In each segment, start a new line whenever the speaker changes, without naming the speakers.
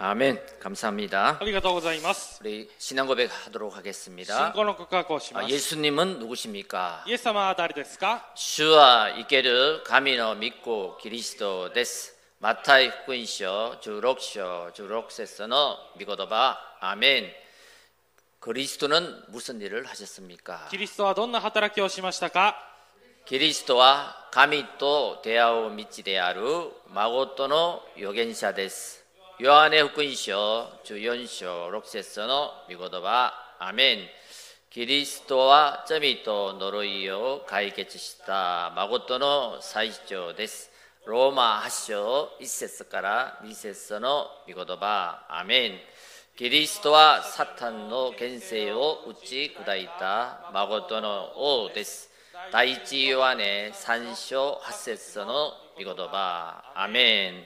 아멘. 감사합니다.
ありがとうございます。
우리 신앙 고백하도록
信
하겠습니다.
仰の告白をしま
아,
す。
예수님은 누구십니까?
イエス様は誰ですか
主は生ける神の御子キリストです。マタイ福音書16章16節の御言葉アメン 그리스도는 무슨 일을 하셨습니까?
キリストはどんな働きをしましたか
キリストは神と出会う道である孫との預言者です。ヨハネ福音書14章6節の御言葉アメンキリストは罪と呪いを解決した孫との最長です。ローマ8章1節から2節の御言葉アメンキリストはサタンの権勢を打ち砕いた孫との王です。第一ヨハネ3章8節の御言葉アメン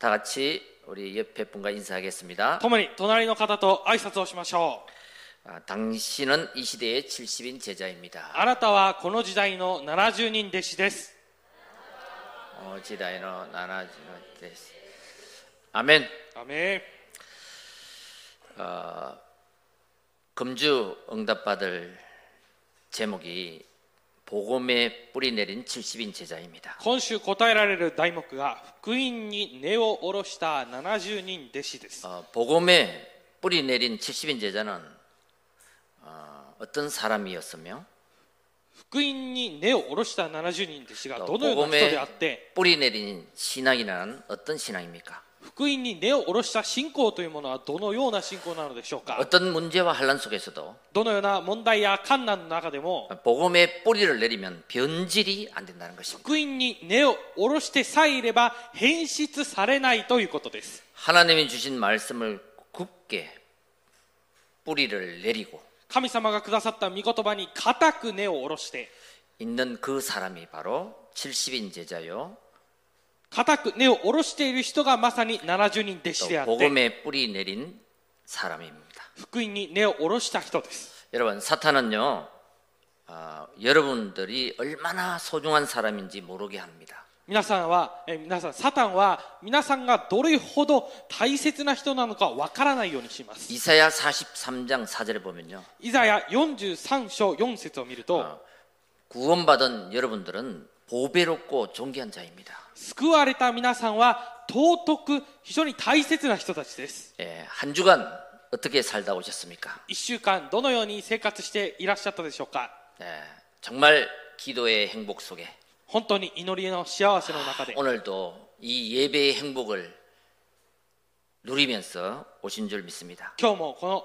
다 같이 우리 옆에 분과 인사하겠습니다.
共に隣の方と挨拶をしましょう。
아, 당신은 이 시대의 70인 제자입니다.
あなたはこの時代の70人弟子です。
어, 지다이노 나나지노 데스. 아멘.
アメン
금주 응답받을 제목이 복음에 뿌리 내린 70인 제자입니다.
今週答えられる題目が福音に根を下ろした70人弟子です。
어, 복음에 뿌리 내린 70인 제자는 어, 어떤 사람이었으며
福音に根を下ろした70人弟子がどのような人であっ
복음에
て
뿌리 내린 신앙이란 어떤 신앙입니까?
福音に根を下ろした信仰というものはどのような信仰なのでしょうか
어떤 문제와 환란 속에서도
どのような問題や困難の中でも
복음의 뿌리를 내리면 변질이 안 된다는 것입니다.
福音に根を下ろしてさえいれば変質されないということです
하나님이 주신 말씀을 굳게 뿌리를 내리고
神様がくださった御言葉に固く根を下ろして
있는 그 사람이 바로 70인 제자요.
固く根を下ろしている人がまさに70人弟子であ
또
って
복음의 뿌리 내린 사람입니다.
福音に根を下ろした人です
여러분 사탄은요. 아, 여러분들이 얼마나 소중한 사람인지 모르게 합니다.
皆さんはえー皆さんサタンは皆さんがどれほど大切な人なのかわからないようにします
이사야 43장 4절에 보면요.
イザヤ43章4節を見ると
구원받은 여러분들은 보배롭고 존귀한 자입니다.
救われた皆さんは尊く非常に大切な人たちです
예, 한 주간 어떻게 살다 오셨습니까?
1週間どのように生活していらっしゃったでしょうか
예, 정말 기도의 행복 속에
本当に祈りの幸せの中で
오늘도 이 예배의 행복을 누리면서 오신 줄 믿습니다.
今日もこの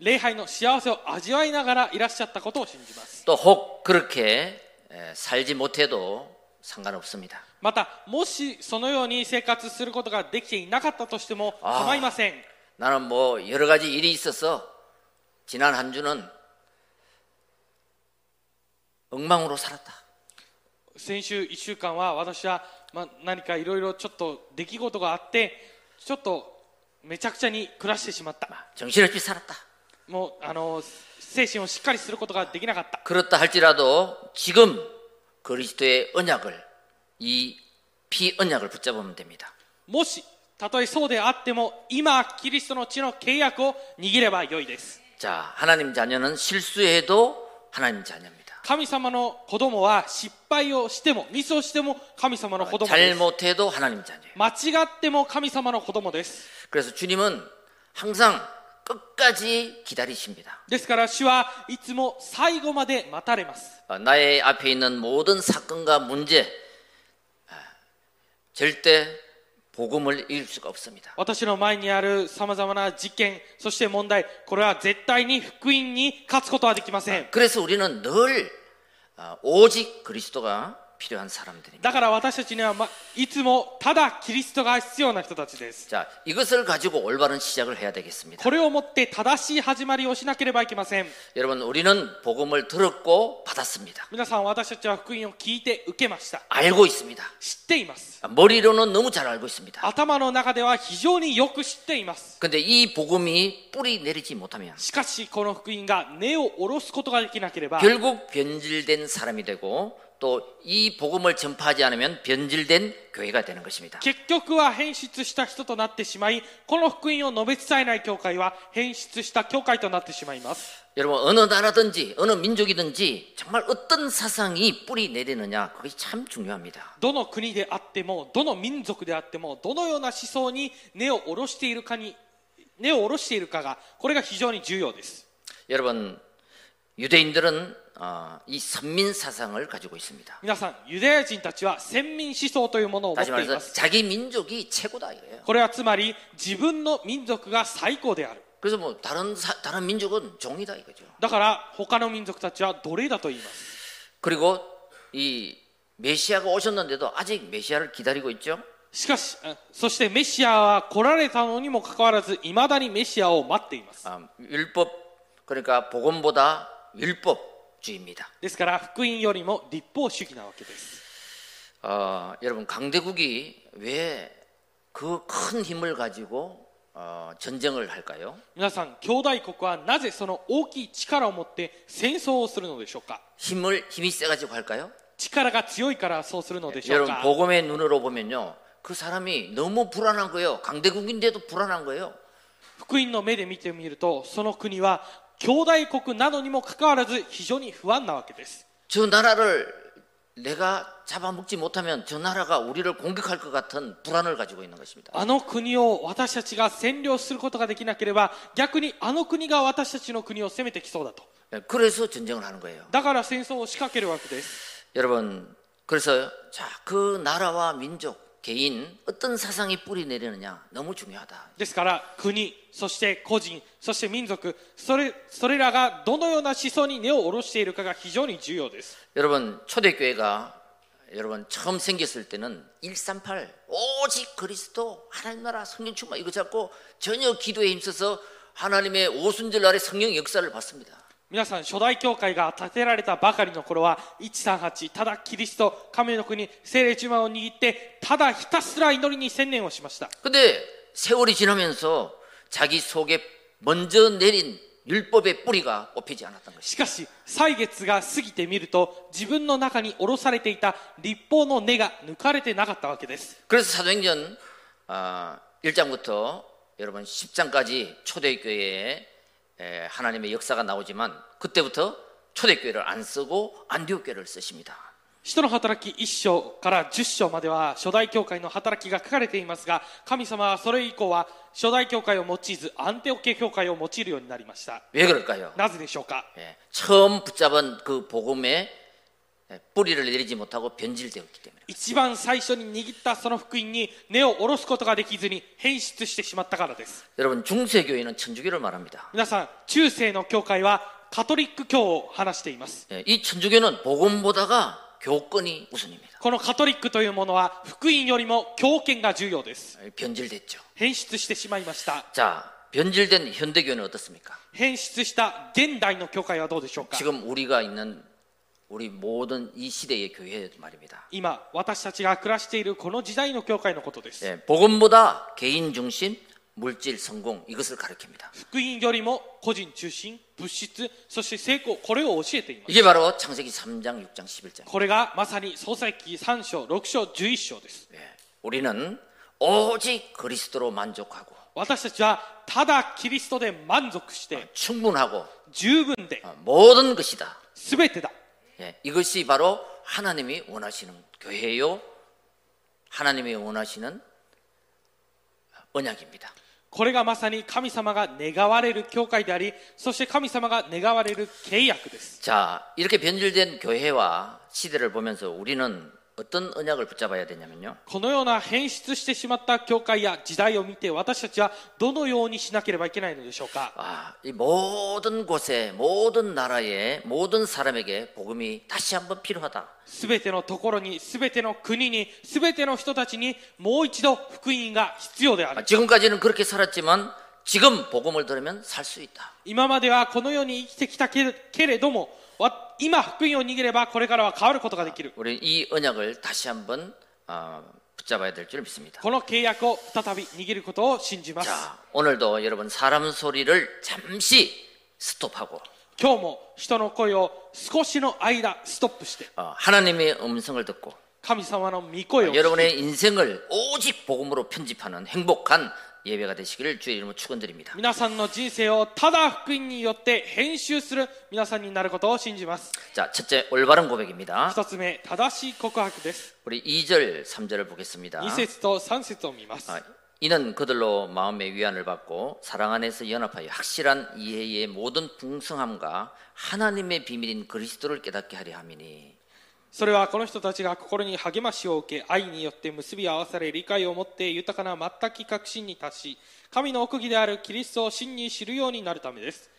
礼拝の幸せを味わいながらいらっしゃったことを信じます
또 혹 그렇게 예, 살지 못해도 상관없습니다.
またもしそのように生活することができていなかったとしても
あー
構いません
나는 뭐 여러 가지 일이 있어서 지난 한 주는 엉망으로 살았다.
先週1週間は私は、まあ、何かいろいろちょっと出来事があってちょっとめちゃくちゃに暮らしてしまった
정신없이 살았다.
もうあの精神をしっかりすることができなかった
그렇다 할지라도 지금 그리스도의 언약을 이 피언약을 붙잡으면 됩니다.
もしたとえそうであっても今キリストの血の契約を握ればよいです
자, 하나님 자녀는 실수해도 하나님 자녀입니다.
神様の子供は失敗をしてもミスをしても神様の子供です
잘못해도 하나님 자녀예요.
間違っても神様の子供です
그래서 주님은 항상 끝까지 기다리십니다.
ですから主はいつも最後まで待たれます
어, 나의 앞에 있는 모든 사건과 문제 아, 절대 복음을 이길 수가 없습니다.
私の前にある様々な事件そして問題これは絶対に福音に勝つことはできません
그래서 우리는 늘 아, 오직 그리스도가 필요한 사람들입니다.
だから私たちには、ま、いつもただキリストが必要な人たちです
자, 이것을 가지고 올바른 시작을 해야 되겠습니다.
これをもって正しい始まりをしなければいけません
여러분, 우리는 복음을 들었고 받았습니다.
皆さん私たちは福音を聞いて受けました
알고 있습니다.
知っています
머리로는 너무 잘 알고 있습니다.
頭の中では非常によく知っています
근데 이 복음이 뿌리 내리지 못하면
しかしこの福音が根を下ろすことができなければ
결국 변질된 사람이 되고 또 이 복음을 전파하지 않으면 변질된 교회가 되는 것입니다.
結局は変質した人となってしまい、この福音を述べ伝えない教会は変質した教会となってしまいます。
여러분 어느 나라든지 어느 민족이든지 정말 어떤 사상이 뿌리 내리느냐 그게 참 중요합니다.
どの国であっても、どの民族であっても、どのような思想に根を下ろしているかに、根を下ろしているかが、これが非常に重要です。
여러분 유대인들은 아, 이 선민 사상을 가지고 있습니다.
皆さん、ユダヤ人たちは先民思想というものを持っ
다시
ていま
말해서
す。
자기 민족이 최고다 이거예요.
これはつまり、自分の民族が最高である。
그래서 뭐 다른 사- 다른 민족은 종이다 이거죠.
だから、他の民族たちは奴隷だと言います。
그리고 이 메시아가 오셨는데도 아직 메시아를 기다리고 있죠.
しかし、あそしてメシアは来られたのにもかかわらず、未だにメシアを待っています。
아, 율법 그러니까 복음보다 율법주의입니다.
ですから、福音よりも立法主義なわけです。
어, 여러분 강대국이 왜 그 큰 힘을 가지고 어, 전쟁을 할까요?
皆さん、兄弟国はなぜその大きい力を持って戦争をするのでしょうか
힘을 힘이 세가지고 할까요?
力が強いからそうするのでしょう
여러분
か
복음의 눈으로 보면요, 그 사람이 너무 불안한 거예요. 강대국인데도 불안한 거예요.
福音の目で見てみると、その国は兄弟国などにもかかわらず非常に不安なわけです。
저 나라를 내가 잡아먹지 못하면 저 나라가 우리를 공격할 것 같은 불안을 가지고 있는 것입니다.
あの国を私たちが占領することができなければ、逆にあの国が私たちの国を攻めてきそうだと。
예, 그래서 전쟁을 하는 거예요.
だから戦争を仕掛けるわけです。
여러분, 그래서 자, 그 나라와 민족, 개인 어떤 사상이 뿌리 내리느냐 너무 중요하다.
ですから国そして個人そして民族それそれらがどのような思想に根を下ろしているかが非常に重要です
여러분 초대교회가 여러분 처음 생겼을 때는 138 오직 그리스도 하나님 나라 성령 충만 이거 잡고 전혀 기도에 힘써서 하나님의 오순절 날의 성령 역사를 봤습니다.
皆さん初代教会が建てられたばかりの頃は138ただキリスト神の国聖霊一万を握ってただひたすら祈りに専念をしました
근데 세월이 지나면서 자기 속에 먼저 내린 율법의 뿌리가 꼽히지 않았던 것이.
しかし歳月が過ぎてみると自分の中に下ろされていた立法の根が抜かれてなかったわけです
그래서 사도행전 아, 1장부터 여러분 10장까지 초대교회의 에, 하나님의 역사가 나오지만 그때부터 초대교회를 안 쓰고 안디옥교회를 쓰십니다.
使徒の働き1章から10章までは初代教会の働きが書かれていますが神様はそれ以降は初代教会を用いずアンテオ系教会を用いるようになりました
왜 그럴까요?
なぜでしょうか
예, 처음 붙잡은 그 복음의 뿌리를 내리지 못하고 변질되었기 때문에.
一番最初に握ったその福音に根を下ろすことができずに変質してしまったからです
여러분 중세교회는 천주교를 말합니다.
皆さん中世の教会はカトリック教を話しています
예, 이 천주교는 복음보다가 교권이 우선입니다.
このカトリックというものは福音よりも教権が重要です
예, 변질됐죠.
変質してしまいました
자, 변질된 현대교회는 어떻습니까?
変質した現代の教会はどうでしょうか
지금 우리가 있는 우리 모든 이 시대의 교회 말입니다.
今私たちが暮らしているこの時代の教会のことです
예, 복음보다 개인 중심, 물질 성공 이것을 가리킵니다.
福音よりも個人中心物質そして成功これを教えています
이게 바로 창세기 3장, 6장, 11장.
これがまさに創世記3章6章11章です
예, 우리는 오직 그리스도로 만족하고
私たちはただキリストで満足して
충분하고
十分で
어, 모든 것이다.
全てだ
예, 이것이 바로 하나님이 원하시는 교회요. 하나님이 원하시는 언약입니다.
これがまさに神様が願われる教会でありそして神様が願われる契約です
자, 이렇게 변질된 교회와 시대를 보면서 우리는 어떤 언약을 붙잡아야 되냐면요.
このような変質してしまった教会や時代を見て私たちはどのようにしなければいけないのでしょうか
아, 이 모든 곳에, 모든 나라에, 모든 사람에게 복음이 다시 한번 필요하다.
すべてのところに、すべての国に、すべての人たちに、もう一度福音が必要であ
아,
る。
지금까지는 그렇게 살았지만 지금 복음을 들으면 살 수 있다.
今まではこの世に生きてきたけけれども、わ今福音を握ればこれからは変わることができる。
우리 이 언약을 다시 한번 아, 붙잡아야 될 줄 믿습니다.
この契約を再び握ることを信じます。
자, 오늘도 여러분 사람 소리를 잠시 스톱하고
今日も人の声を少しの間ストップして
어, 하나님의 음성을 듣고
神様の御声を聞き
여러분의 인생을 오직 복음으로 편집하는 행복한 예배가 되시기를 주의 이름으로 축원드립니다.
皆さんの人生をただ福音によって編集する皆さんになることを信じます
자, 첫째 올바른 고백입니다.
一つ目正しい告白です
우리 2절, 3절을 보겠습니다.
2節と3節を見ます
아, 이는 그들로 마음의 위안을 받고 사랑 안에서 연합하여 확실한 이해의 모든 풍성함과 하나님의 비밀인 그리스도를 깨닫게 하려 함이니
それはこの人たちが心に励ましを受け愛によって結び合わされ理解を持って豊かな全く確信に達し神の奥義であるキリストを真に知るようになるためです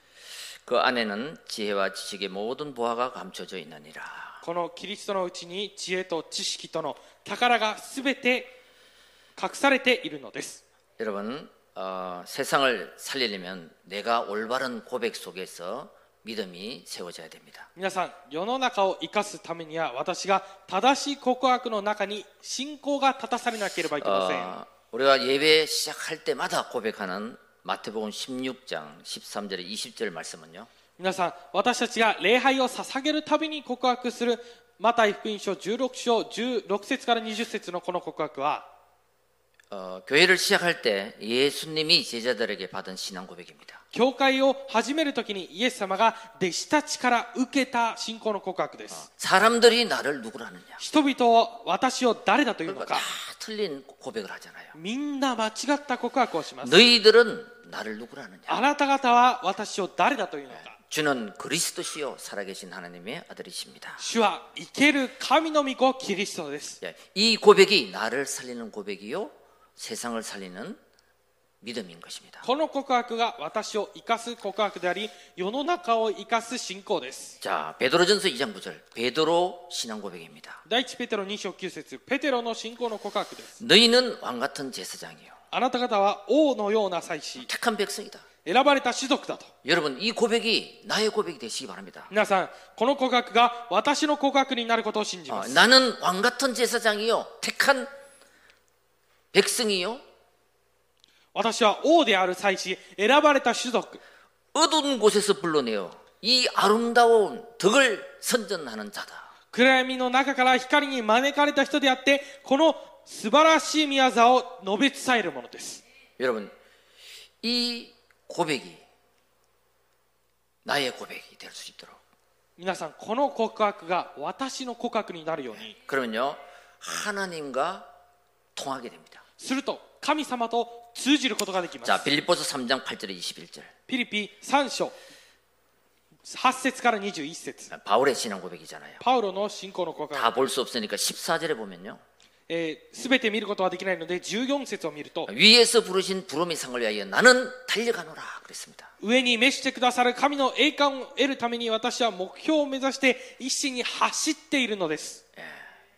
그 안에는 지혜와 지식의 모든 보화가 감춰져 있느니라.
このキリストのうちに知恵と知識との宝が全て隠されているのです
여러분 어, 세상을 살리려면 내가 올바른 고백 속에서 믿음이 세워져야 됩니다.
皆さん世の中を生かすためには私が正しい告白の中に信仰が立たされなければいけません
어, 우리가 예배 시작할 때마다 고백하는 마태복음 16장 13절에 20절 말씀은요.
皆さん私たちが礼拝を捧げるたびに告白するマタイ福音書16章16節から20節のこの告白は
어, 교회를 시작할 때 예수님이 제자들에게 받은 신앙 고백입니다.
教会を始めるときにイエス様が弟子たちから受けた信仰の告白です
사람들이 나를 누구라느냐.
人々は私を誰だというの
그러니까 다
か
틀린 고백을 하잖아요.
みんな間違った告白をします
너희들은 나를 누구라느냐.
あなた方は私を誰だというのか
주는 그리스도시요 살아계신 하나님의 아들이십니다.
主は生ける神の御子キリストです
예, 이 고백이 나를 살리는 고백이요 세상을 살리는 믿음인 것입니다.
この告白が私を生かす告白であり世の中を生かす信仰です
자, 베드로전서 2장 9절. 베드로 신앙 고백입니다.
第一ペテロ2章9節ペテロの信仰の告白です
너희는 왕 같은 제사장이요.
あなた方は王のような祭司
택한 백성이다.
選ばれた種族だと
여러분, 이 고백이 나의 고백이 되시기 바랍니다.
皆さんこの告白が私の告白になることを信じ
어,
ます
나는 왕 같은 제사장이요. 택한 백성이요.
私は王である祭司選ばれた種族
어두운 곳에서 불러내어 이 아름다운 덕을 선전하는 자다.
暗闇の中から光に招かれた人であってこの素晴らしい宮座を述べ伝えるものです
여러분, 이 고백이 나의 고백이 될 수 있도록.
皆さんこの告白が私の告白になるように
그러면요, 하나님과 통하게 됩니다.
すると神様と通じることができます
자, 빌립보서 3장 8절에 21절.
ピリピ3章8節から21節
바울의 신앙 고백이잖아요.
パウロの信仰の告
다
白
볼 수 없으니까 14절에 보면요.
えー全て見ることはできないので14節を見ると
위에서 부르신 부름의 상을 위하여 나는 달려가노라 그랬습니다.
上に召してくださる神の栄冠を得るために私は目標を目指して一心に走っているのです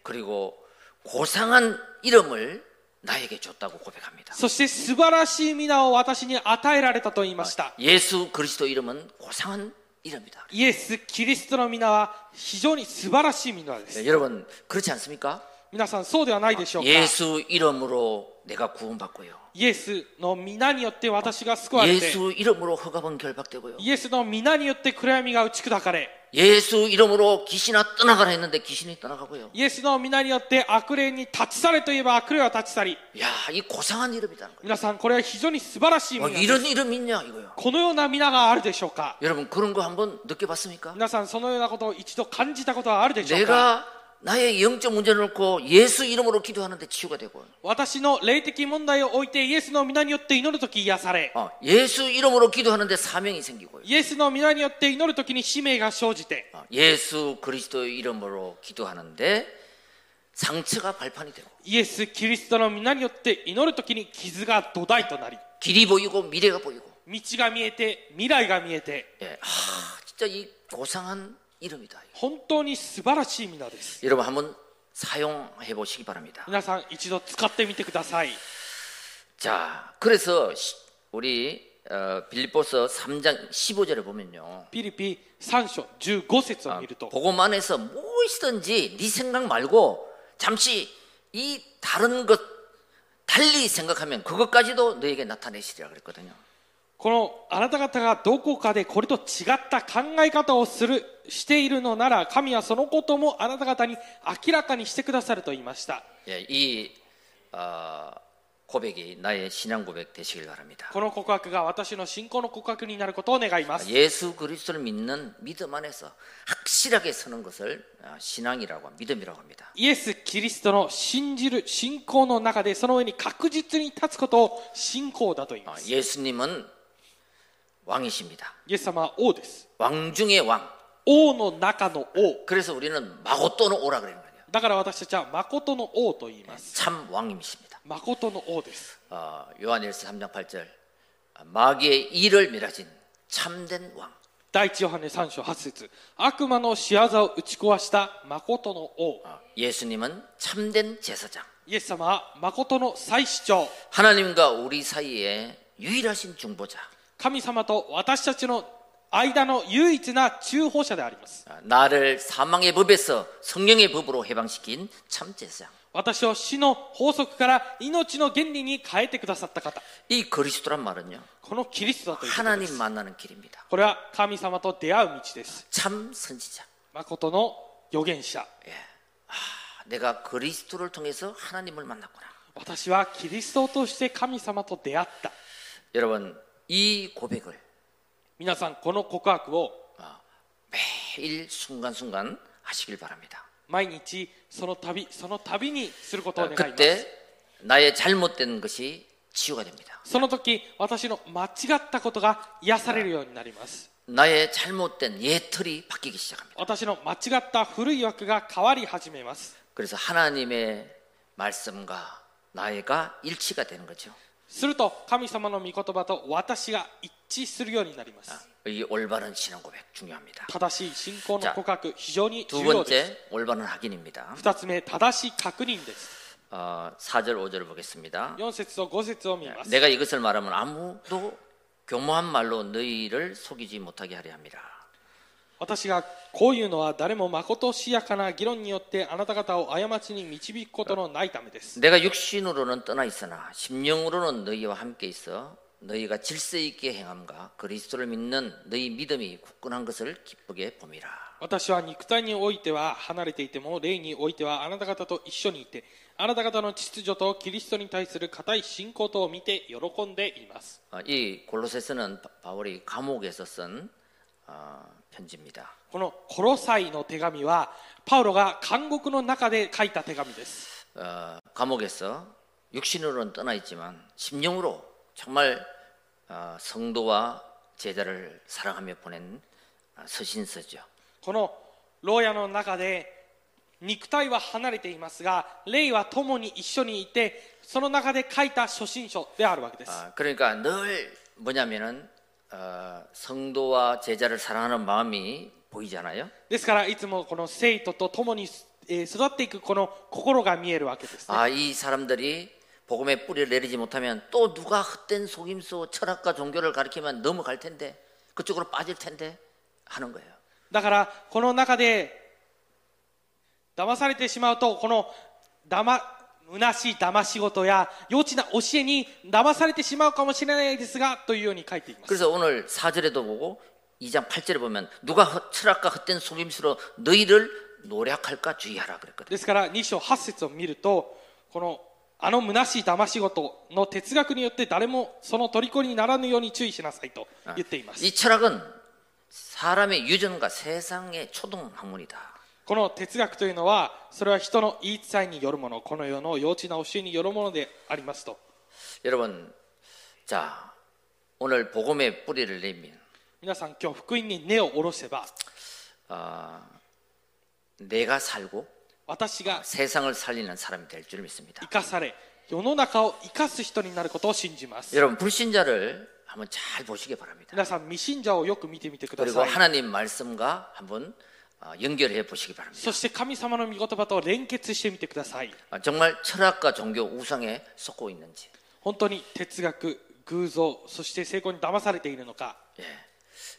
그리고 고상한 이름을 나에게 줬다고 고백합니다.
そして素晴らしい皆を私に与えられたと言いました
예수 그리스도 이름은 고상한 이름이다.
イエス・キリストの皆は非常に素晴らしい皆です
네, 여러분 그렇지 않습니까?
皆さんそうではないでしょうか
예수 이름으로 내가 구원받고요.
イエスの皆によって私が救われて
예수 이름으로 허가본 결박되고요.
イエスの皆によって暗闇が打ち砕かれ
예수 이름으로 귀신아 떠나가라 했는데 귀신이 떠나가고요.
イエスの皆によって悪霊に立ち去れといえば悪霊は立ち去り
야, 이 고상한 이름이다.
皆さんこれは非常に素晴らしい
뭐
皆です
이런 이름 있냐 이거요.
このような皆があるでしょうか
여러분 그런 거 한번 느껴봤습니까?
皆さんそのようなことを一度感じたことはある
네,
でしょうか
내가 나의 영적 문제를 놓고 예수 이름으로 기도하는데 치유가 되고
私の霊的問題を置いてイエスの皆によって祈るとき癒され
어, 예수 이름으로 기도하는데 사명이 생기고요.
イエスの皆によって祈るときに使命が生じて
어, 예수 그리스도의 이름으로 기도하는데 상처가 발판이 되고
イエス・キリストの皆によって祈るときに傷が土台となり
길이 보이고 미래가 보이고
道が見えて未来が見えて
예, 하, 진짜 이 고상한 이름이다.
本当に素晴らしい皆です
여러분 한번 사용해 보시기 바랍니다.
皆さん一度使ってみてください
자, 그래서 시- 우리 어, 빌립보서 3장 15절에 보면요.
ピリピ3章15節を見ると
복음 안에서 무엇이든지 네 생각 말고 잠시 이 다른 것 달리 생각하면 그것까지도 너에게 나타내시리라 그랬거든요.
このあなた方がどこかでこれと違った考え方をするしているのなら神はそのこともあなた方に明らかにしてくださると言いました
예, 이 어, 고백이 나의 신앙 고백 되시길 바랍니다.
この告白が私の信仰の告白になることを願います
아, 예수 그리스도를 믿는 믿음 안에서 확실하게 서는 것을 어, 신앙이라고 믿음이라고 합니다.
イエス・キリストの信じる信仰の中でその上に確実に立つことを信仰だと言い
어,
ます
예수님은 왕이십니다.
イエス様は王です
왕 중의 왕.
王の中の王
그래서 우리는 마고또는 오라 그러는 거예요.
だから私たちは誠の王と言います
참 왕이십니다.
誠の王です
어, 요한일서 3장 8절 아, 마귀의 일을 멸하신 참된 왕.
第一ヨハネ3章8節悪魔の仕業を打ち壊した誠の王
어, 예수님은 참된 제사장.
イエス様は誠の祭司長
하나님과 우리 사이에 유일하신 중보자.
神様と私たちの間の唯一な中保者であります
아, 나를 사망의 법에서 성령의 법으로 해방시킨 참 제사장.
私を死の法則から命の原理に変えてくださった方
이 그리스도란 말은요.
このキリストだということです
하나님 만나는 길입니다.
これは神様と出会う道です
참 선지자.
誠の預言者
아, 내가 그리스도를 통해서 하나님을 만났구나.
私はキリストを通して神様と出会った
여러분, 이 고백을
皆さんこの告白を
매일 순간순간 하시길 바랍니다.
毎日その度その度にすることを願います
그때 나의 잘못된 것이 치유가 됩니다.
その時私の間違ったことが癒されるようになります
나의 잘못된 예틀이 바뀌기 시작합니다.
私の間違った古い枠が変わり始めます
그래서 하나님의 말씀과 나이가 일치가 되는 거죠.
すると神様の御言葉と私が一致するようになります
이 올바른 신앙 고백 중요합니다.
正しい信仰
じゃ
の
あ
告白非常に
두
重要です
번째 올바른 확인입니다.
二つ目正しい確認です
어, 4절 5절을 보겠습니다.
4節と5節を見ます
내가 이것을 말하면 아무도 교묘한 말로 너희를 속이지 못하게 하려 합니다.
私がこういうのは誰もまことしやかな議論によってあなた方を過ちに導くことのないためです
내가 육신으로는 떠나 있으나 심령으로는 너희와 함께 있어 너희가 질서 있게 행함과 그리스도를 믿는 너희 믿음이 굳건한 것을 기쁘게 봅니다.
私は肉体においては離れていても霊においてはあなた方と一緒にいてあなた方の秩序とキリストに対する固い信仰とを見て喜んでいます
어, 이 골로새서는 바- 바울이 감옥에서 쓴 어, 편지입니다.
この「コロサイの手紙は」パウロが監獄の中で書いた手紙です
어, 감옥에서 육신으로는 떠나 있지만 심령으로 정말 어, 성도와 제자를 사랑하며 보낸 어, 서신서죠.
この牢屋の中で肉体は離れていますが霊は共に一緒にいてその中で書いた初心書であるわけです
아, 그러니까 늘 뭐냐면은 어, 성도와 제자를 사랑하는 마음이 보이잖아요.
ですからいつもこの生徒と共に、えー育っていくこの心が見えるわけですね
아, 이 사람들이 복음의 뿌리를 내리지 못하면 또 누가 헛된 속임수 철학과 종교를 가리키면 넘어갈 텐데 그쪽으로 빠질 텐데 하는 거예요.
だからこの中で騙されてしまうとこのだま虚しい騙し事や幼稚な教えに騙されてしまうかもしれないですがというように書いています
그래서 오늘 4절에도 보고 2장 8절에 보면 누가 헛- 철학과 헛된 속임수로 너희를 노력할까 주의하라 그랬거든.
ですから2章8節を見るとこのあの虚しい騙し事の哲学によって誰もその虜にならぬように注意しなさいと言っています
이 철학은 사람의 유전과 세상의 초동 학문이다.
この哲学というのはそれは人の言い伝えによるものこの世の幼稚な教えによるものでありますと
여러분, 자 오늘 복음의 뿌리를 내면
皆さん今日福音に根を下ろせば
아, 내가 살고
私が
세상을 살리는 사람이 될 줄
生
믿습니다.
かされ世の中を生かす人になることを信じます
여러분 불신자를 한번 잘 보시기 바랍니다.
皆さん未信者をよく見てみてくだ
그리고
さい
하나님 말씀과 한번 아, 연결해 보시기 바랍니다.
そして神様の御言葉と連結してみてください
아, 정말 철학과 종교 우상에 속고 있는지
本当に哲学偶像そして成功に騙されているのか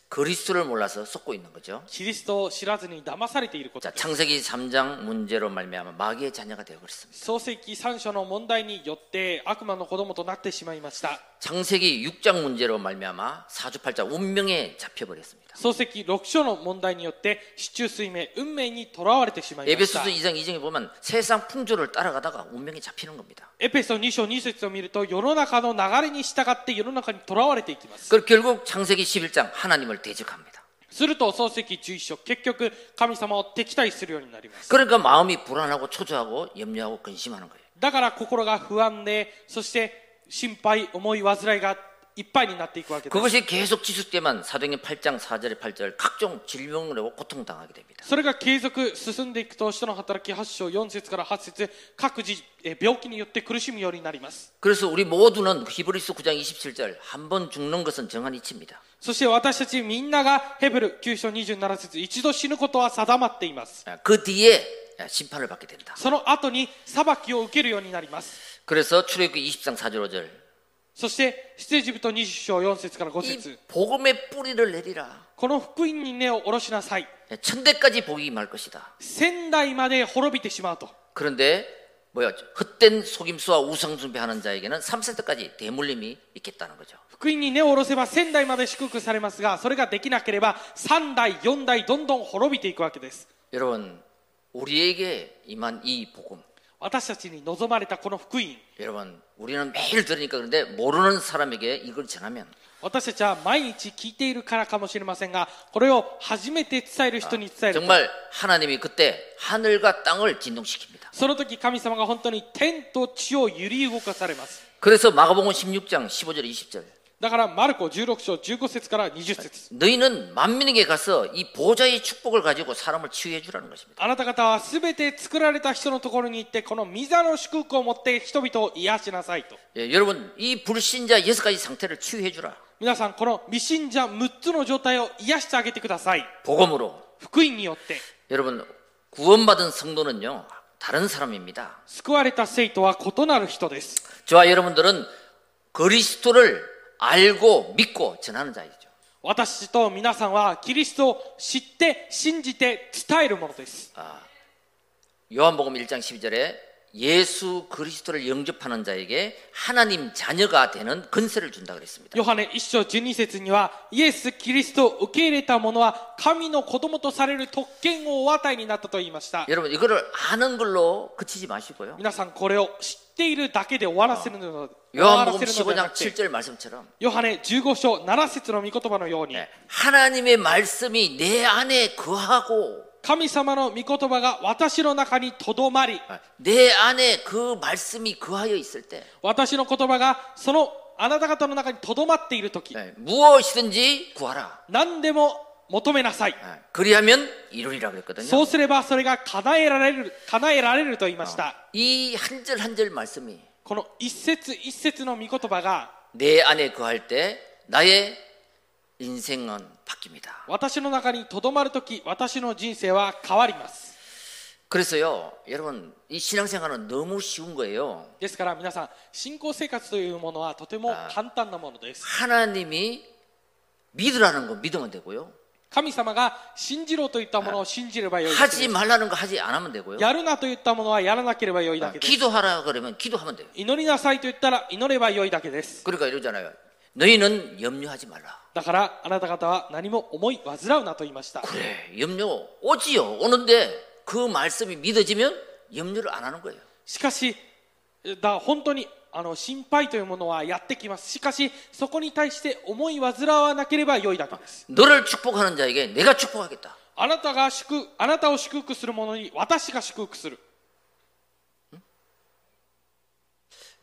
그리스도를 몰라서 속고 있는 거죠.
キリストを知らずに騙されていること
자,
です
창세기 3장 문제로 말미암아 마귀의 자녀가 되어 그랬습니다.
創世記3章の問題によって悪魔の子供となってしまいました
창세기 6장 문제로 말미암아 사주팔자 운명에 잡혀 버렸습니다.
創世記6章の問題によって市中水明運命にとらわれてしまいました
에베소서 2장 2장에 보면 세상 풍조를 따라가다가 운명에 잡히는 겁니다.
エペソ2章2節を見ると世の中の流れに従って世の中にとらわれていきます
그리고 결국 창세기 11장 하나님을 대적합니다.
すると創世記11章結局神様を敵対するようになります
그러니까 마음이 불안하고 초조하고 염려하고 근심하는 거예요.
だから心が不安でそして心配思い煩いがいっぱいになっていくわけです
그것이 계속 지속되면 사도행전 8장 4절에 8절 각종 질병으로 인하여 고통당하게 됩니다.
それが継続進んでいくと使徒の働き8章4節から8節各自えー病気によって苦しむようになります
그래서 우리 모두는 히브리스 9장 27절 한 번 죽는 것은 정한 이치입니다.
そして私たちみんながヘブル9章27節一度死ぬことは定まっています
그 뒤에 심판을 받게 된다.
その後に裁きを受けるようになります
그래서 출애굽기 20장 4절 5절
そして出エジプト20章4節から5
이
節
복음의 뿌리를 내리라. 예,
この福音に根を下ろしなさい
천대까지 복이 임할 것이다.
仙台まで滅びてしまうと
그런데 뭐야 헛된 속임수와 우상숭배하는 자에게는 3세트까지 대물림이 있겠다는 거죠.
福音に根を下ろせば仙台まで祝福されますがそれができなければ3代4代どんどん滅びていくわけです
여러분 우리에게 임한 이 복음
私たちに望まれたこの福音
여러분 우리는 매일 들으니까 그런데 모르는 사람에게 이걸 전하면
私たちは毎日聞いているからかもしれませんがこれを初めて伝える人に伝えると
정말 하나님이 그때 하늘과 땅을 진동시킵니다.
その時神様が本当に天と地を揺り動かされます
그래서 마가복음 16장 15절 20절
だからマルコ16章15節から20節
너희는 만민에게 가서 이 보좌의 축복을 가지고 사람을 치유해 주라는 것입니다.
あなた方は全て作られた人のところに行ってこの御座の祝福を持って人々を癒しなさいと
예, 여러분 이 불신자 여섯 가지 상태를 치유해 주라.
皆さんこの未信者6つの状態を癒してあげてください
복음으로
福音によって
여러분 구원받은 성도는요 다른 사람입니다.
救われた生徒は異なる人です
저와 여러분들은 그리스도를 알고 믿고 전하는 자이죠.
私と皆さんはキリストを知って信じて伝えるものです
요한복음 1장 12절에 예수 그리스도를 영접하는 자에게 하나님 자녀가 되는 근세를 준다 그랬습니다.
ヨハネ1章12節にはイエス・キリストを受け入れた者は神の子供とされる特権をお与えになったと言いました
여러분 이거를 아는 걸로 그치지 마시고요.
皆さんこれを知っているだけで終わらせるの終わら
요한복음
せるのでは
15장
なくて
7절 말씀처럼
ヨハネ15章7節の御言葉のように
예, 하나님의 말씀이 내 안에 거하고
神様の御言葉が私の中にとどまり
예, 내 안에 그 말씀이 거하여 있을 때
私の言葉がそのあなた方の中にとどまっている時
예, 무엇이든지 구하라.
何でも求めなさい
예, 그리하면 이루리라 그랬거든요.
そうすればそれが叶えられる叶えられると言いました
이 한 절 한 절 말씀이
この一節一節の御言葉が
내 안에 거할 때 나의 인생은 바뀝니다.
私の中にとどまる時私の人生は変わります
그래서요, 여러분 이 신앙생활은 너무 쉬운 거예요.
ですから皆さん信仰生活というものはとても簡単なものです
하나님이 믿으라는 거 믿으면 되고요.
神様が信じろと言ったものを信じればよいだけで
하지
す
말라는 거 하지 안 하면 되고요.
やるなと言ったものはやらなければよいだけです
기도하라 그러면 기도하면 돼요.
祈りなさいと言ったら祈ればよいだけです
그러니까 이러잖아요. 너희는 염려하지 말라.
だからあなた方は何も思い煩うなと言いました
그래 염려 오지요 오는데 그 말씀이 믿어지면 염려를 안 하는 거예요
しかしだ本当にあの心配というものはやってきますしかしそこに対して思い煩わなければよいだけです
너를 축복하는 자에게 내가 축복하겠다
あなたが祝あなたを祝福する者に私が祝福する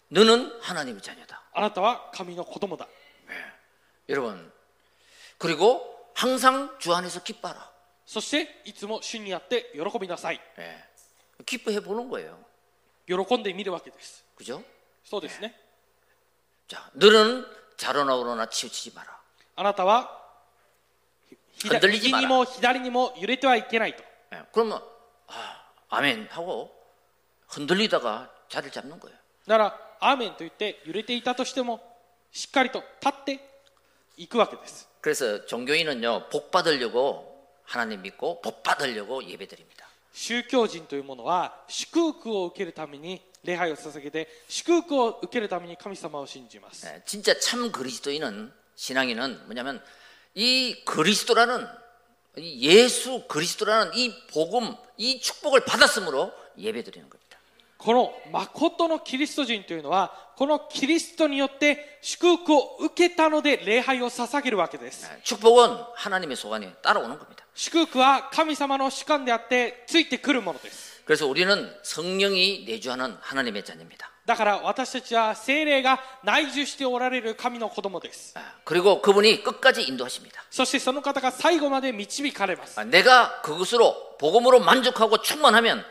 너는 하나님의 자녀다
あなたは神の子供だ
여러분 그리고 항상 주 안에서 기뻐라
そしていつも主にあって喜びなさい
예. 기뻐해 보는 거예요
喜んでみるわけです
그죠
そうですね
자 너는 자로나 우로나 치우치지 마라
あなたはひ
흔들리지
右
마라
にも左にも揺れてはいけないと
예. 그러면 아, 아멘 하고 흔들리다가 자리를 잡는 거예요
ならアーメンと言って揺れていたとしてもしっかりと立って行くわけです。
그래서 종교인은요, 복 받으려고 하나님 믿고 복 받으려고 예배 드립니다.
宗教人というものは祝福を受けるために礼拝を捧げて祝福を受けるために神様を信じます。
예, 진짜 참 그리스도인은 신앙인은 뭐냐면 이 그리스도라는 이 예수 그리스도라는 이 복음 이 축복을 받았으므로 예배 드리는 겁니다.
この誠のキリスト人というのはこのキリストによって祝福を受けたので礼拝を捧げるわけです。
예, 축복은 하나님의 소관이 따라오는 겁니다.
祝福は神様の主観であってついてくるものです。
그래서 우리는 성령이 내주하는 하나님의 자녀입니다.
だから私たちは精霊が内住しておられる神の子供です。
예, 그리고 그분이 끝까지 인도하십니다.
そしてその方が最後まで導かれます。
아, 내가 그것으로 복음으로 만족하고 충만하면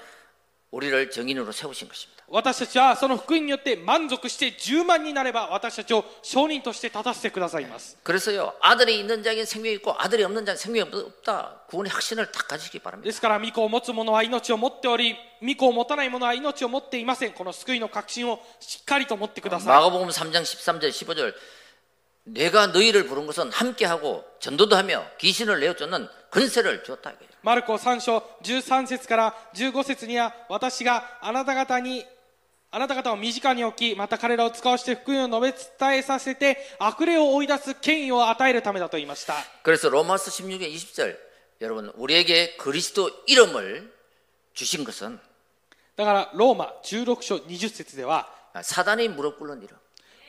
우리를 정인으로 세우신 것입니다.
私たちはその福音によって満足して10万になれば私たちを証人として立たせてくださいます。
그래서요 아들이 있는 자에게는 생명이 있고 아들이 없는 자는 생명이 없- 없다. 구원의 확신을 다 가지시기 바랍니다.
ですから、御子を持つ者は命を持っており、御子を持たない者は命を持っていません。この救いの確信をしっかりと持ってください。
마가복음 3장 13절 15절 내가 너희를 부른 것은 함께하고 전도도 하며 귀신을 내어쫓는 근세를 주었다 이거예요.
マルコ3章13節から15節には、私があなた方に、あなた方を身近に置き、また彼らを使わして福音を述べ伝えさせて、悪霊を追い出す権威を与えるためだと言いました。
그래서 로마서 16장 20절 여러분 우리에게 그리스도 이름을 주신 것은
だから、ローマ16章20節では、
사단이 무릎 꿇는 이름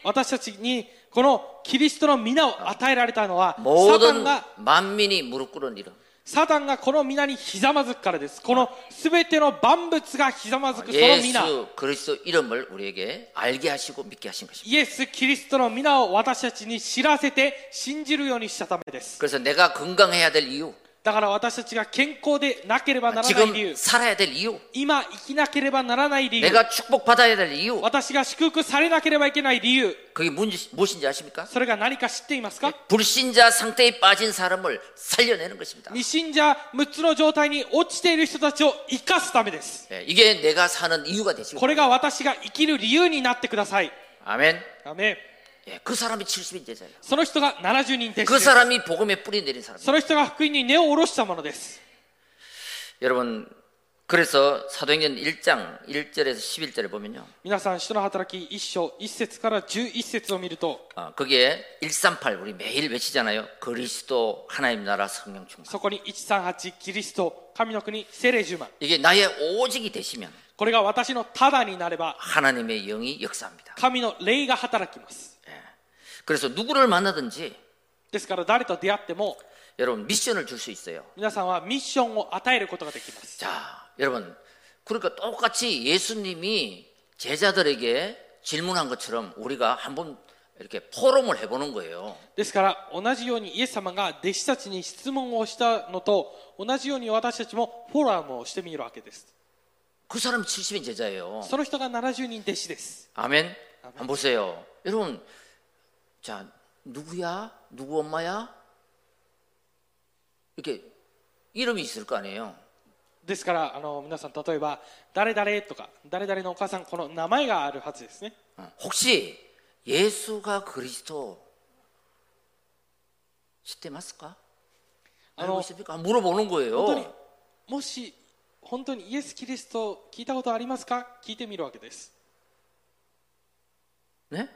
私たちにこのキリストの皆を与えられたのはサタン
모든
が
만민이 무릎 꿇는 이름
サタンがこの皆にひざまずくからですこの全ての万物がひざまずくその皆
예수 그리스도 이름을 우리에게 알게 하시고 믿게 하신 것입니다.
イエス・キリストの皆を私たちに知らせて信じるようにしたためです
그래서 내가 건강해야 될 이유,
だから私たちが健康でなければならない理
지금
由
살아야 될 이유,
今生きなければならない理由
내가 축복받아야 될 이유,
私が祝福されなければいけない理由
그게 뭔지- 무엇인지 아십니까?
それが何か知っていますか
불신자 상태에 빠진 사람을 살려내는 것입니다.
未信者6つの状態に落ちている人たちを生かすためです
예, 이게 내가 사는 이유가 되시고
これが私が生きる理由になってください。
아멘.
アメン
예, 그 사람이 70인 제자예요.
その人が70人で
그
す。
사람이 복음의 뿌리 내린 사람이에요.
その人が福音に根を下ろしたものです。
여러분, 그래서 사도행전 1장 1절에서 11절에 보면요.
皆さん、人の働き1章1節から11節を見ると、
어, 그게 138 우리 매일 외치잖아요. 그리스도 하나님 나라 성령 충만.
そこに138キリスト、神の国、聖霊十万。
이게 나의 오직이 되시면
これが私のただになれば、
하나님의 영이 역사합니다.
神の霊が働きます。
그래서 누구를 만나든지
ですから誰と出会っても、
여러분 미션을 줄 수 있어요.
皆さんはミッションを与えることができます。
자, 여러분 그러니까 똑같이 예수님이 제자들에게 질문한 것처럼 우리가 한번 이렇게 포럼을 해보는 거예요.
ですから同じようにイエス様が弟子たちに質問をしたのと同じように私たちもフォーラムをしてみるわけです。
그 사람 70인 제자예요.
その人が70人弟子です。
아멘. 한번 보세요. 여러분, 자, 누구야? 누구 엄마야? 이렇게 이름이 있을 거 아니에요.
ですから、あの皆さん、例えば、誰々とか、誰々のお母さん、この名前があるはずですね。
어, 혹시 예수가 그리스도 시대 맞을까? 알고
아노.
있습니까? 물어보는
本当に
거예요. 、
もし、本当にイエス・キリスト、聞いたことありますか聞いてみるわけです。
네?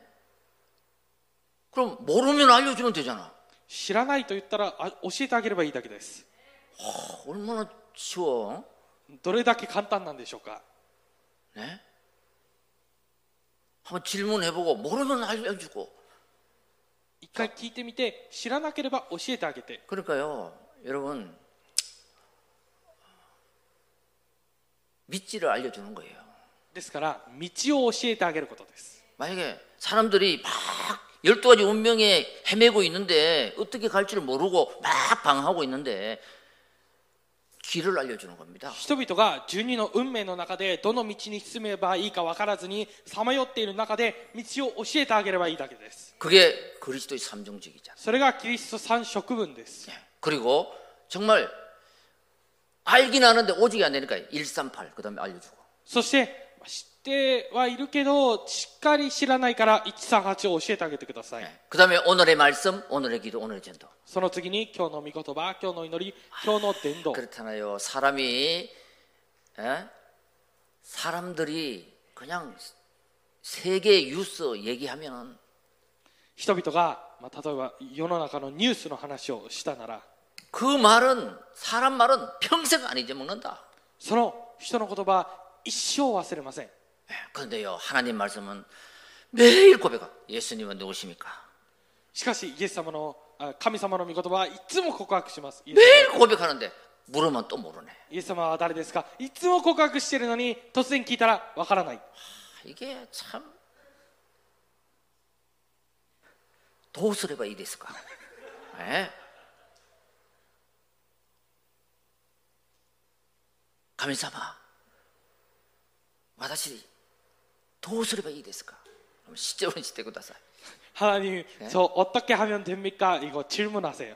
그럼 모르면 알려주면 되잖아.
知らないと言ったら、あ教えてあげればいいだけです。
어, 얼마나 쉬워. 어?
どれだけ簡単なんでしょうか。
네? 한번 질문해보고 모르면 알려주고
一回聞いてみて、知らなければ教えてあげて。
그러니까요, 여러분 믿지를 알려주는 거예요.
ですから、道を教えてあげることです。
만약에 사람들이 막 열두 가지 운명에 헤매고 있는데 어떻게 갈지를 모르고 막 방하고 있는데 길을 알려주는 겁니다.
人々が12の運命の中で、どの道に進めばいいか分からずに、さまよっている中で、道を教えてあげればいいだけです。
그게 그리스도의 삼중직이잖아요.
それがキリスト三食分です。
그리고 정말 알긴 하는데 오직이 안 되니까 138 그다음에 알려주고
そして、まあ知ってはいるけど、しっかり知らないから、138を教えてあげてください。
그 다음에 오늘의 말씀, 오늘의 기도, 오늘의 전도.
その次に、今日の御言葉、今日の祈り、今日の伝道。
그렇잖아요. 사람이 에? 사람들이 그냥 세계 뉴스 얘기하면
人々が、まあ、例えば世の中のニュースの話をしたなら、
그 말은 사람 말은 평생 안 잊어먹는다.
その人の言葉、一生忘れません。
예, 그런데요 하나님 말씀은 매일 고백하고 예수님은 누구십니까?
しかし、イエス様の、あ神様の御言葉はいつも告白します。イエス
매일 고백하는데 물으면 또 모르네. 아,
イエス様は誰ですかいつも告白してるのに、突然聞いたらわからない。
이게 참 도스레바 이랬을까? 예? 감사마, 私どうすればいいですか시절은してください
하나님, 저 어떻게 하면 됩니까? 이거 질문하세요.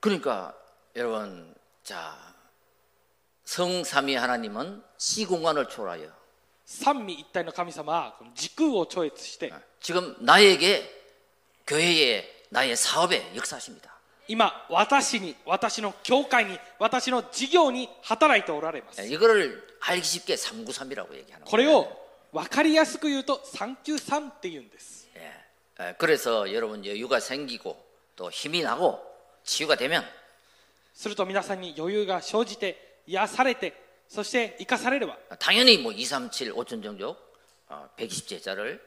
그러니까 여러분 자 성삼위 하나님은 시공간을 초월하여
三位一体の神様は時空を超越して
지금 나에게 교회에 나의 사업에 역사하십니다.
今私に私の教会に私の事業に働いておられます
예, 이거를 알기 쉽게 393이라고 얘기하는
これ
거예요.
を分かりやすく言うと393って言うんです
예. 예, 그래서 여러분 여유가 생기고 또 힘이 나고 치유가 되면
すると皆さんに余裕が生じて癒されてそして生かされれば
당연히 뭐 2, 3, 7, 5천 정족 어, 120제자를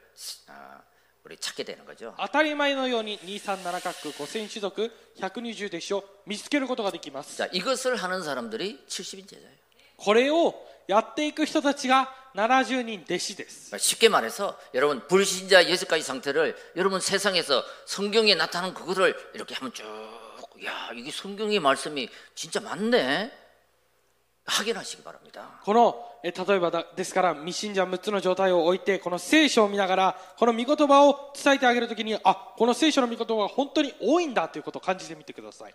아, 우리 찾게 되는 거죠.
当たり前のように237カック5000種族120弟子を見つけることができます
자, 이것을 하는 사람들이 70인 제자예요.
これをやっていく人たちが70人弟子です
쉽게 말해서 여러분 불신자 여섯 가지 상태를 여러분 세상에서 성경에 나타난 그거를 이렇게 하면 쭉야 이게 성경의 말씀이 진짜 많네 확인하시기 바랍니다.
このえー例えばだですから未信者6つの状態を置いてこの聖書を見ながらこの御言葉を伝えてあげるときにあこの聖書の御言葉が本当に多いんだということを感じてみてください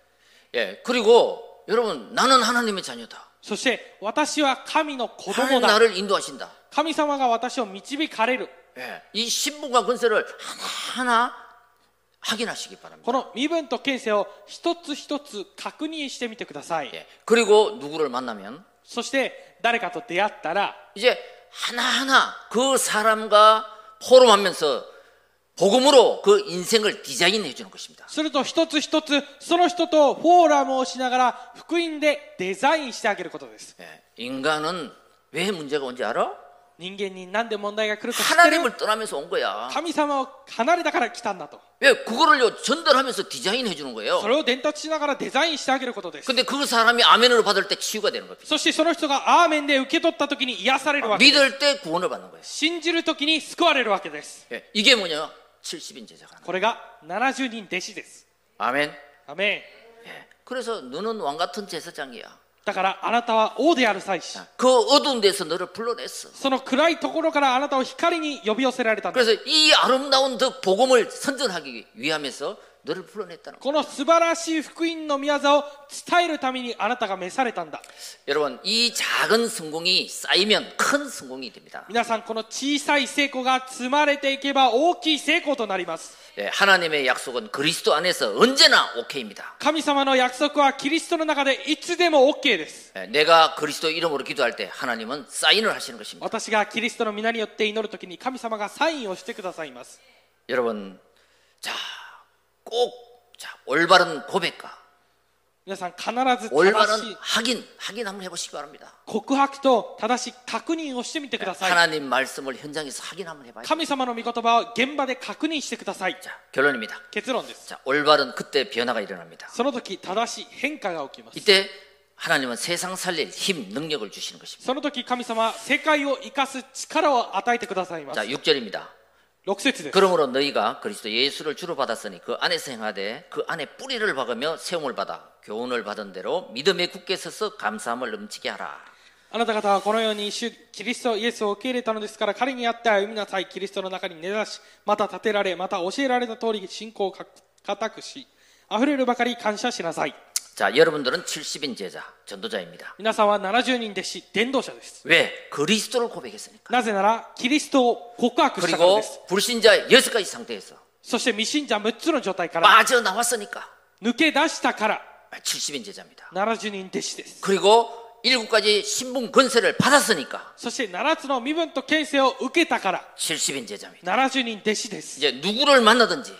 예 그리고 여러분 나는 하나님의 자녀다.
そして私は神の子
하나님
供だ
나를 인도하신다.
神様が私を導かれる
예이 신분과 권세를 하나 확인하시기 바랍니다.
この身分と権勢を一つ一つ確認してみてください、
예 그리고 누구를 만나면
そして誰かと出会ったら
이제 하나하나 그 사람과 포럼하면서 복음으로 그 인생을 디자인해 주는 것입니다.
すると一つ一つその人とフォーラムをしながら福音でデザインしてあげることです
예, 인간은 왜 문제가 온지 알아?
人間に何で問題が来るか知ってる
하나님을 떠나면서 온 거야.
神様を離れたから来たんだと
왜 그거를요 전달하면서 디자인해 주는
そ
거예요.
れを伝達しながらデザインしてあげることです
근데 그 사람이 아멘으로 받을 때 치유가 되는 거예요.
そしてその人がアーメンで受け取った時に癒されるわけ
믿을 때 구원을 받는 거예요.
信じる時に救われるわけです
예, 이게 뭐냐? 70인 제자가. 하는
これが70人弟子です
거예요. 아멘.
アメン
예, 그래서 너는 왕 같은 제사장이야.
だからあなたは王である祭司
그 어두운 데서 너를 불러냈어.
その暗いところからあなたを光に呼び寄せられたんです
그래서 이 아름다운 더 복음을 선전하기 위함에서 너를 불러냈다는 거예요.
この素晴らしい福音の宮座を伝えるためにあなたが召されたんだ
여러분 이 작은 성공이 쌓이면 큰 성공이 됩니다.
皆さんこの小さい成功が積まれていけば大きい成功となります
예, 하나님의 약속은 그리스도 안에서 언제나 오케이입니다.
神様の約束はキリストの中でいつでも OK です
예, 내가 그리스도 이름으로 기도할 때 하나님은 사인을 하시는 것입니다.
私がキリストの皆によって祈るときに神様がサインをしてくださいます
여러분, 자, 꼭 자, 올바른 고백과
皆さん必ず正し
올바른
い
확인, 확인 한번 해보시기 바랍니다.
告白と正しい確認をしてみてください
하나님 말씀을 현장에서 확인 한번 해봐요.
神様の御言葉を現場で確認してください
자, 결론입니다.
結論です
자, 올바른 그때 변화가 일어납니다.
その時正しい変化が起きます
이때 하나님은 세상 살릴 힘, 능력을 주시는 것입니다.
その時神様は世界を生かす力を与えてくださいます
자, 6절입니다.
6節です
그러므로 너희가 그리스도 예수를 주로 받았으니 그 안에서 행하되 그 안에 뿌리를 박으며 세움을 받아 교훈을 받은 대로 믿음에 굳게 서서 감사함을 넘치게 하라.
あなた方はこのように主キリストイエスを受け入れたのですから彼にあって歩みなさいキリストの中に根ざしまた立てられまた教えられた通り信仰を固くし溢れるばかり感謝しなさい
자, 여러분들은 70인 제자, 전도자입니다.
皆さんは70人弟子伝道者です
왜? 그리스도를 고백했으니까.
なぜならキリストを告白したから
네, 그리고
です
불신자 여섯 가지 상태에서
そして未信者6つの状態から
빠져나왔으니까
抜け出したから
70인 제자입니다.
70人弟子です
그리고 일곱 가지 신분 권세를 받았으니까
そして7つの身分と権勢を受けたから
70인 제자입니다.
70人弟子です
이제 누구를 만나든지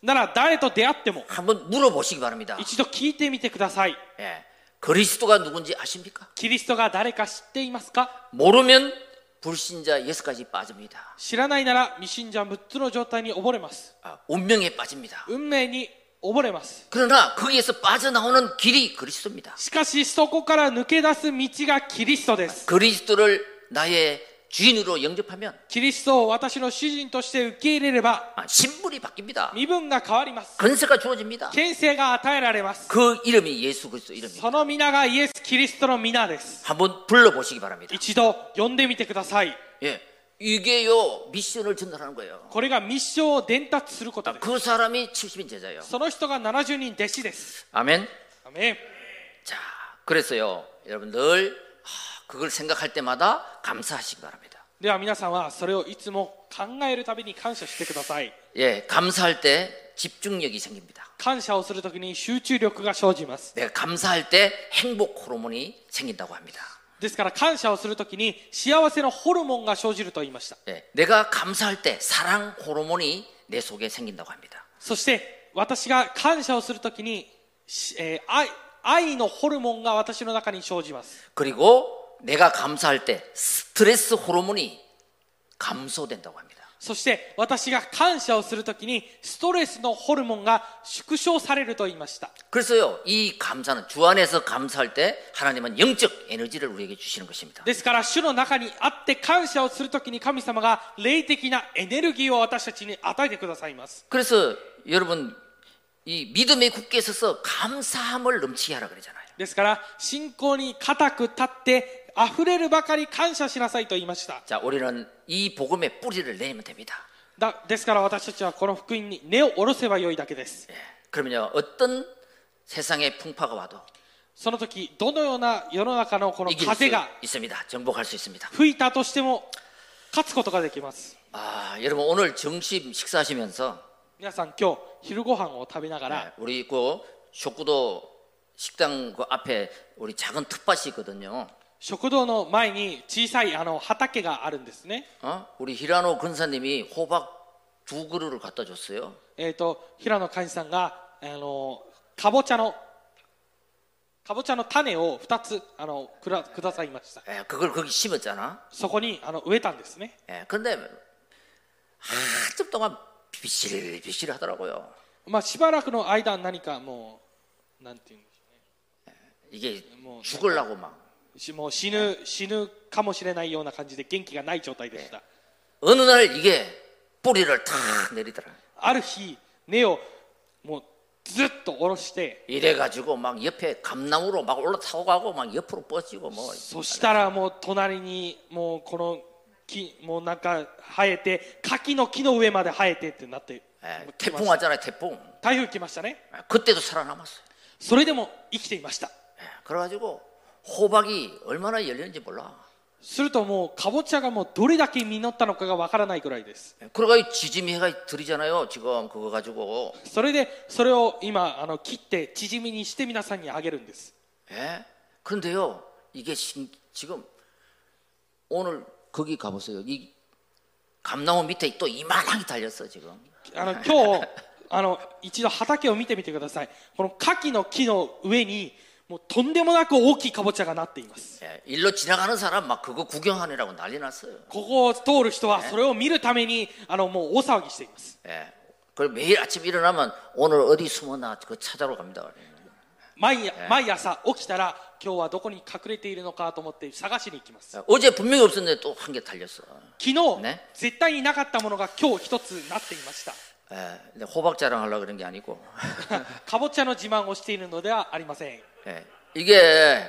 なら誰と出会っても
한번 물어보시기 바랍니다.
一度聞いてみてください
예. 그리스도가 누군지 아십니까?
キリストが誰か知っていますか
모르면 불신자 여섯 가지 빠집니다.
知らないなら未信者6つの状態に溺れます
아, 운명에 빠집니다.
運命に溺れます
그러나 거기에서 빠져나오는 길이 그리스도입니다.
しかしそこから抜け出す道がキリストです
그리스도를 나의 주인으로 영접하면
キリストを私の主人として受け入れれば
아, 신분이 바뀝니다.
身分が変わります
근세가 주어집니다.
権勢が与えられます
그 이름이 예수 그리스도 이름입니다.
その皆がイエス・キリストの皆です。
한번 불러보시기 바랍니다.
一度呼んでみてください。
예. 이게요 미션을 전달하는 거예요.
これが密書を伝達することです。
그 사람이 70인 제자예요.
その人が70人弟子です。
아멘.
アメン
자, 그래서요 여러분들 하, 그걸 생각할 때마다 감사하시기 바랍니다.
では皆さんはそれをいつも考えるたびに感謝してください。
예, 감사할 때 집중력이 생깁니다.
感謝をするときに集中力が生じます。
내가 감사할 때 행복 호르몬이 생긴다고 합니다.
ですから感謝をするときに幸せのホルモンが生じると言いました。
예, 내가 감사할 때 사랑 호르몬이 내 속에 생긴다고 합니다.
そして私が感謝をするときに、しえー愛、愛のホルモンが私の中に生じます。
그리고 내가 감사할 때 스트레스 호르몬이 감소된다고 합니다.
そして私が感謝をするときにストレスのホルモンが縮小されると言いました
그래서요, 이 감사는 주 안에서 감사할 때 하나님은 영적 에너지를 우리에게 주시는 것입니다.
ですから主の中にあって感謝をするときに神様が霊的なエネルギーを私たちに与えてくださいます
그래서 여러분, 이 믿음의 굳게 서서 감사함을 넘치게 하라 그러잖아요.
ですから信仰に固く立って溢れるばかり感謝しなさいと言いました
자, 우리는 이 복음의 뿌리를 내리면 됩니다.
だですから私たちはこの福音に根を下ろせばよいだけです
예. 그러면요, 어떤 세상의 풍파가 와도
その時どのような世の中のこの
이길 수
風が
있습니다. 정복할 수 있습니다.
吹いたとしても勝つことができます
아, 여러분 오늘 점심 식사하시면서
皆さん今日昼ご飯を食べながら、
예, 우리 그 쇼구도 식당 그 앞에 우리 작은 텃밭이 있거든요.
食堂の前に小さいあの畑があるんですね。
어? 우리 히라노 근사님이 호박 두 그루를 갖다 줬어요.
えっ、と平野寛さんがあのかぼちゃのかぼちゃの種を2つあのくらくださいました。
예, 그걸 거기 심었잖아.
そこにあの植えたんですね。
예, 근데 한참 동안 비실비실 하더라고요.
まあしばらくの間何かもうなんていうんでしょ
이게
뭐,
죽으려고 막.
うしもう死ぬ死ぬかもしれないような感じで元気がない状態でした。
어느 날 이게 뿌리를 탁 내리더라.
ある日根をもうずっと下ろして。
이래가지고 막 옆에 감나무로 막 올라타고 가고 막 옆으로 뻗치고 뭐.
そしたらもう隣にもうこの木もうなんか生えて柿の木の上まで生えてってなって
예,
来
태풍
ました
왔잖아요, 태풍.
台風来ましたね
예, 그때도 살아남았어요.
それでも生きていました
예, 그래가지고 호박이 얼마나 열렸는지 몰라.
するともうかぼちゃがもうどれだけ実ったのかがわからないぐらいです
예, 그래가 지짐해가 들이잖아요. 지금 그거 가지고
それでそれを今あの切って縮みにして皆さんにあげるんです
예? 그런데요, 이게 신- 지금 오늘 거기 가보세요. 이 감나무 밑에 또 이만하게 달렸어 지금.
あの今日あの一度畑を見てみてくださいこの柿の木の上にもうとんでもなく大きいかぼちゃがなっています
예, 일로 지나가는 사람 막 그거 구경하느라고 난리 났어요.
ここを通る人はそれを見るためにあのもう大騒ぎしています
예. 그리고 매일 아침 일어나면 오늘 어디 숨었나 그 찾아러 갑니다.
毎夜毎朝起きたら今日はどこに隠れているのかと思って探しに行きます
예, 어제 분명히 없었는데 또 한 개 달렸어.
昨日、
ね
絶対になかったものが今日一つなっていました
예, 근데 호박 자랑하려고 그런 게 아니고
かぼちゃの自慢をしているのではありません
예, 이게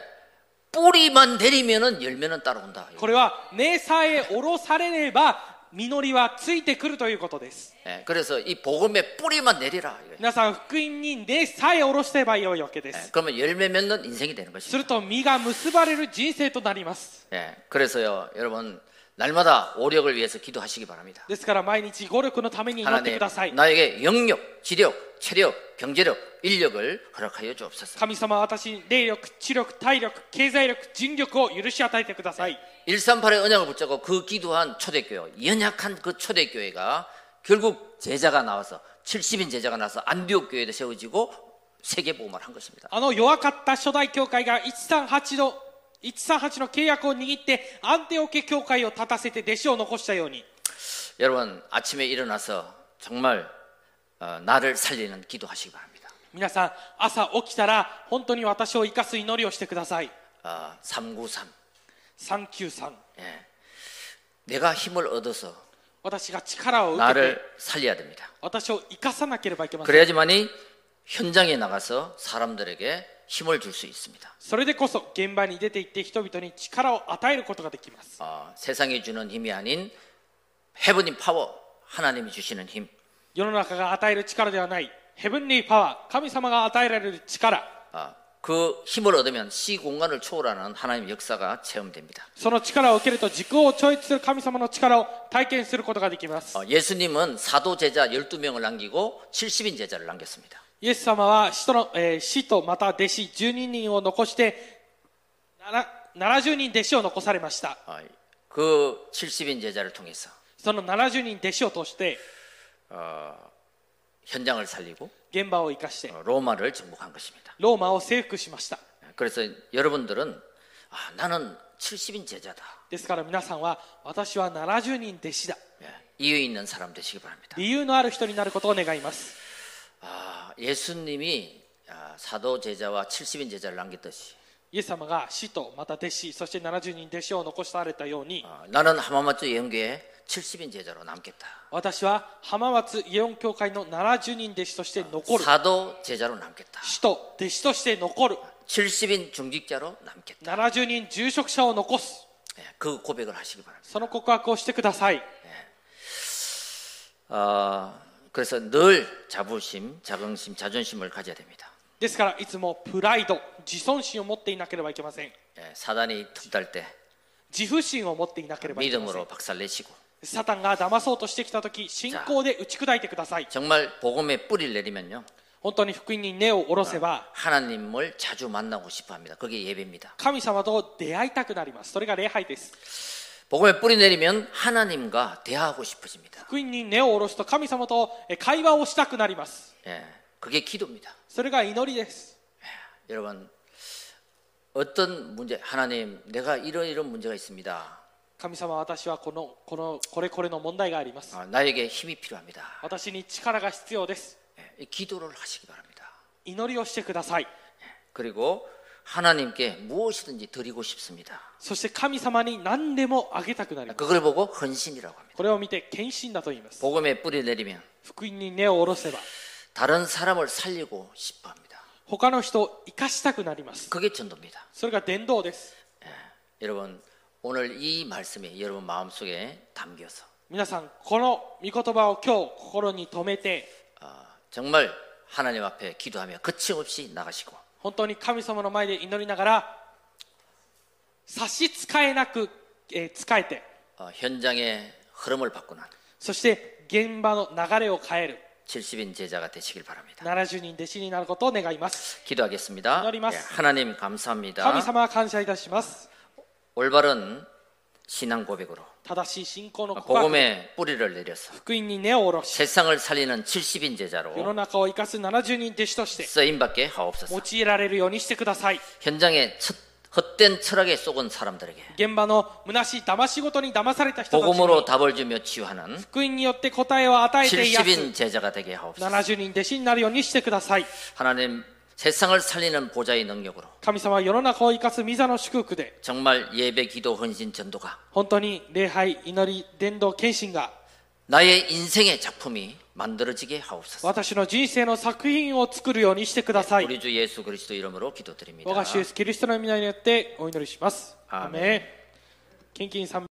뿌리만 내리면은 열매는 따라온다.
これは根さえ下ろされれば実りはついてくるということです
예, 그래서 이 복음의 뿌리만 내리라. 이거예요.
皆さん福音に根さえ下ろせばよいわけで
예,
す
그러면 열매 맺는 인생이 되는
す
것입니다.
ると実が結ばれる人生となります
예, 그래서요, 여러분 날마다 오력을 위해서 기도하시기 바랍니다.
ですから毎日語力のために祈っ
하나님
てください
나에게 영력, 지력, 체력, 경제력, 인력을 허락하여 주옵소서.
神様は私に霊力知力体力経済力人力を許し与えてください
138의 언약을 붙잡고 그 기도한 초대교회, 연약한 그 초대교회가 결국 제자가 나와서 70인 제자가 나와서 안디옥 교회도 세워지고 세계 복음을 한 것입니다.
あの弱かった初代教会が138の138の契約を握ってアンテオケ教会を立たせて弟子を残したように
여러분 아침에 일어나서 정말 어, 나를 살리는 기도하시기 바랍니다.
皆さん朝起きたら本当に私を生かす祈りをしてください
아, 393.
393
예. 내가 힘을 얻어서
私が力を受けて
나를 살려야 됩니다.
私を生かさなければいけません
그래야지만이 현장에 나가서 사람들에게 힘을 줄 수 있습니다.
それでこそ現場に出て行って人々に力を与えることができます
어, 세상이 주는 힘이 아닌 헤븐인 파워 하나님이 주시는 힘
世の中が与える力ではないヘブンリーパワー神様が与えられる力
아, 그 힘을 얻으면 시 공간을 초월하는 하나님의 역사가 체험됩니다.
その力を受けると時空を超越する神様の力を体験することができます。
어, 예수님은 사도 제자 12명을 남기고 70인 제자를 남겼습니다.
イエス様は使徒の、えー使徒また弟子12人を残して、なら70人弟子を残されました。
어, 그 70인 제자를 통해서
その70人弟子を通して、
현장을 살리고
現場を生かして、
어, 로마를 정복한 것입니다.
ローマを征服しました。
그래서 여러분들은 아, 나는 70인 제자다.
ですから皆さんは、私は70人弟子だ。
예, 이유 있는 사람 되시기 바랍니다.
理由のある人になることを願います。
아, 예수님이 아, 사도 제자와 70인 제자를 남겼듯이
イエス様が使徒、また弟子、そして70人弟子を残されたように、
아, 나는 하마마트 예언교회 70인 제자로 남겠다.
私は浜松イオン教会の70人弟子として残る。
사도 제자로 남겠다.
使徒弟子として残る
70인 중직자로 남겠다.
70人住職者を残す
예, 그 고백을 하시기 바랍니다.
その告白をしてください
아, 그래서 늘 자부심, 자긍심, 자존심을 가져야 됩니다.
ですからいつもプライド自尊心を持っていなければいけません
예, 사단이 틈달 때
自負心を持っていなければいけませ
믿음으로
ん
박살내시고
サタンが騙そうとしてきた時信仰で打ち砕いてください
정말 복음의 뿌리를 내리면요
本当に福音に根を下ろせば
하나님을 자주 만나고 싶어합니다. 그게 예배입니다.
神様と出会いたくなりますそれが礼拝です
복음의 뿌리 내리면 하나님과 대화하고 싶어집니다.
福音に根を下ろすと神様とえ会話をしたくなります
예, 그게 기도입니다.
それが祈りです
여러분 어떤 문제 하나님 내가 이런 이런 문제가 있습니다.
神様私はこのこのこれこれの問題があります
아, 나에게 힘이 필요합니다.
私に力が必要です
예, 이 기도를 하시기 바랍니다.
祈りをしてください
그리고 하나님께 무엇이든지 드리고 싶습니다.
そして神様に何でもあげたくなります
그걸 보고 헌신이라고 합니다.
これを見て献身だと言います
복음의 뿌리 내리면
福音に根を下ろせば
다른 사람을 살리고 싶어합니다.
他の人を生かしたくなります
그게 전도입니다.
それが伝道です
여러분 오늘 이 말씀이 여러분 마음속에 담겨서
皆さんこの御言葉を今日心に留めて
아, 정말 하나님 앞에 기도하며 거침없이 나가시고
本当に神様の前で祈りながら差し支えなく、えー使えて
어, 현장의 흐름을 바꾸는
そして現場の流れを変える
70인 제자가 되시길 바랍니다.
70人弟子になることを願います
기도하겠습니다.
기도드리마스.
예, 하나님 감사합니다.
神様は感謝いたします
올바른 신앙 고백으로
正しい信仰の告白で
복음의 뿌리를 내려서
福音に根を下ろし
세상을 살리는 70인
世の
제자로
中を生かす70人弟子として
쓰임받게 하옵소서.
用いられるようにしてください
현장에 첫, 헛된 철학에 속은 사람들에게
現場の虚しい騙し事に騙された人たち
복음으로
に
답을 주며 치유하는
福音によって答えを与えて癒す
70인 제자가 되게 하옵소서.
70人弟子になるようにしてください
하나님 세상을 살리는 보좌의 능력으로
神様は世の中を生かす御座の祝福で
정말 예배 기도 헌신 전도가
本当に礼拝祈り伝道献身が
나의 인생의 작품이 만들어지게 하옵소서.
私の人生の作品を作るようにしてください
우리 주 예수 그리스도 이름으로 기도드립니다.
我が主イエスキリストの皆によってお祈りしますア
ア
ー
ーメン
メン献金賛美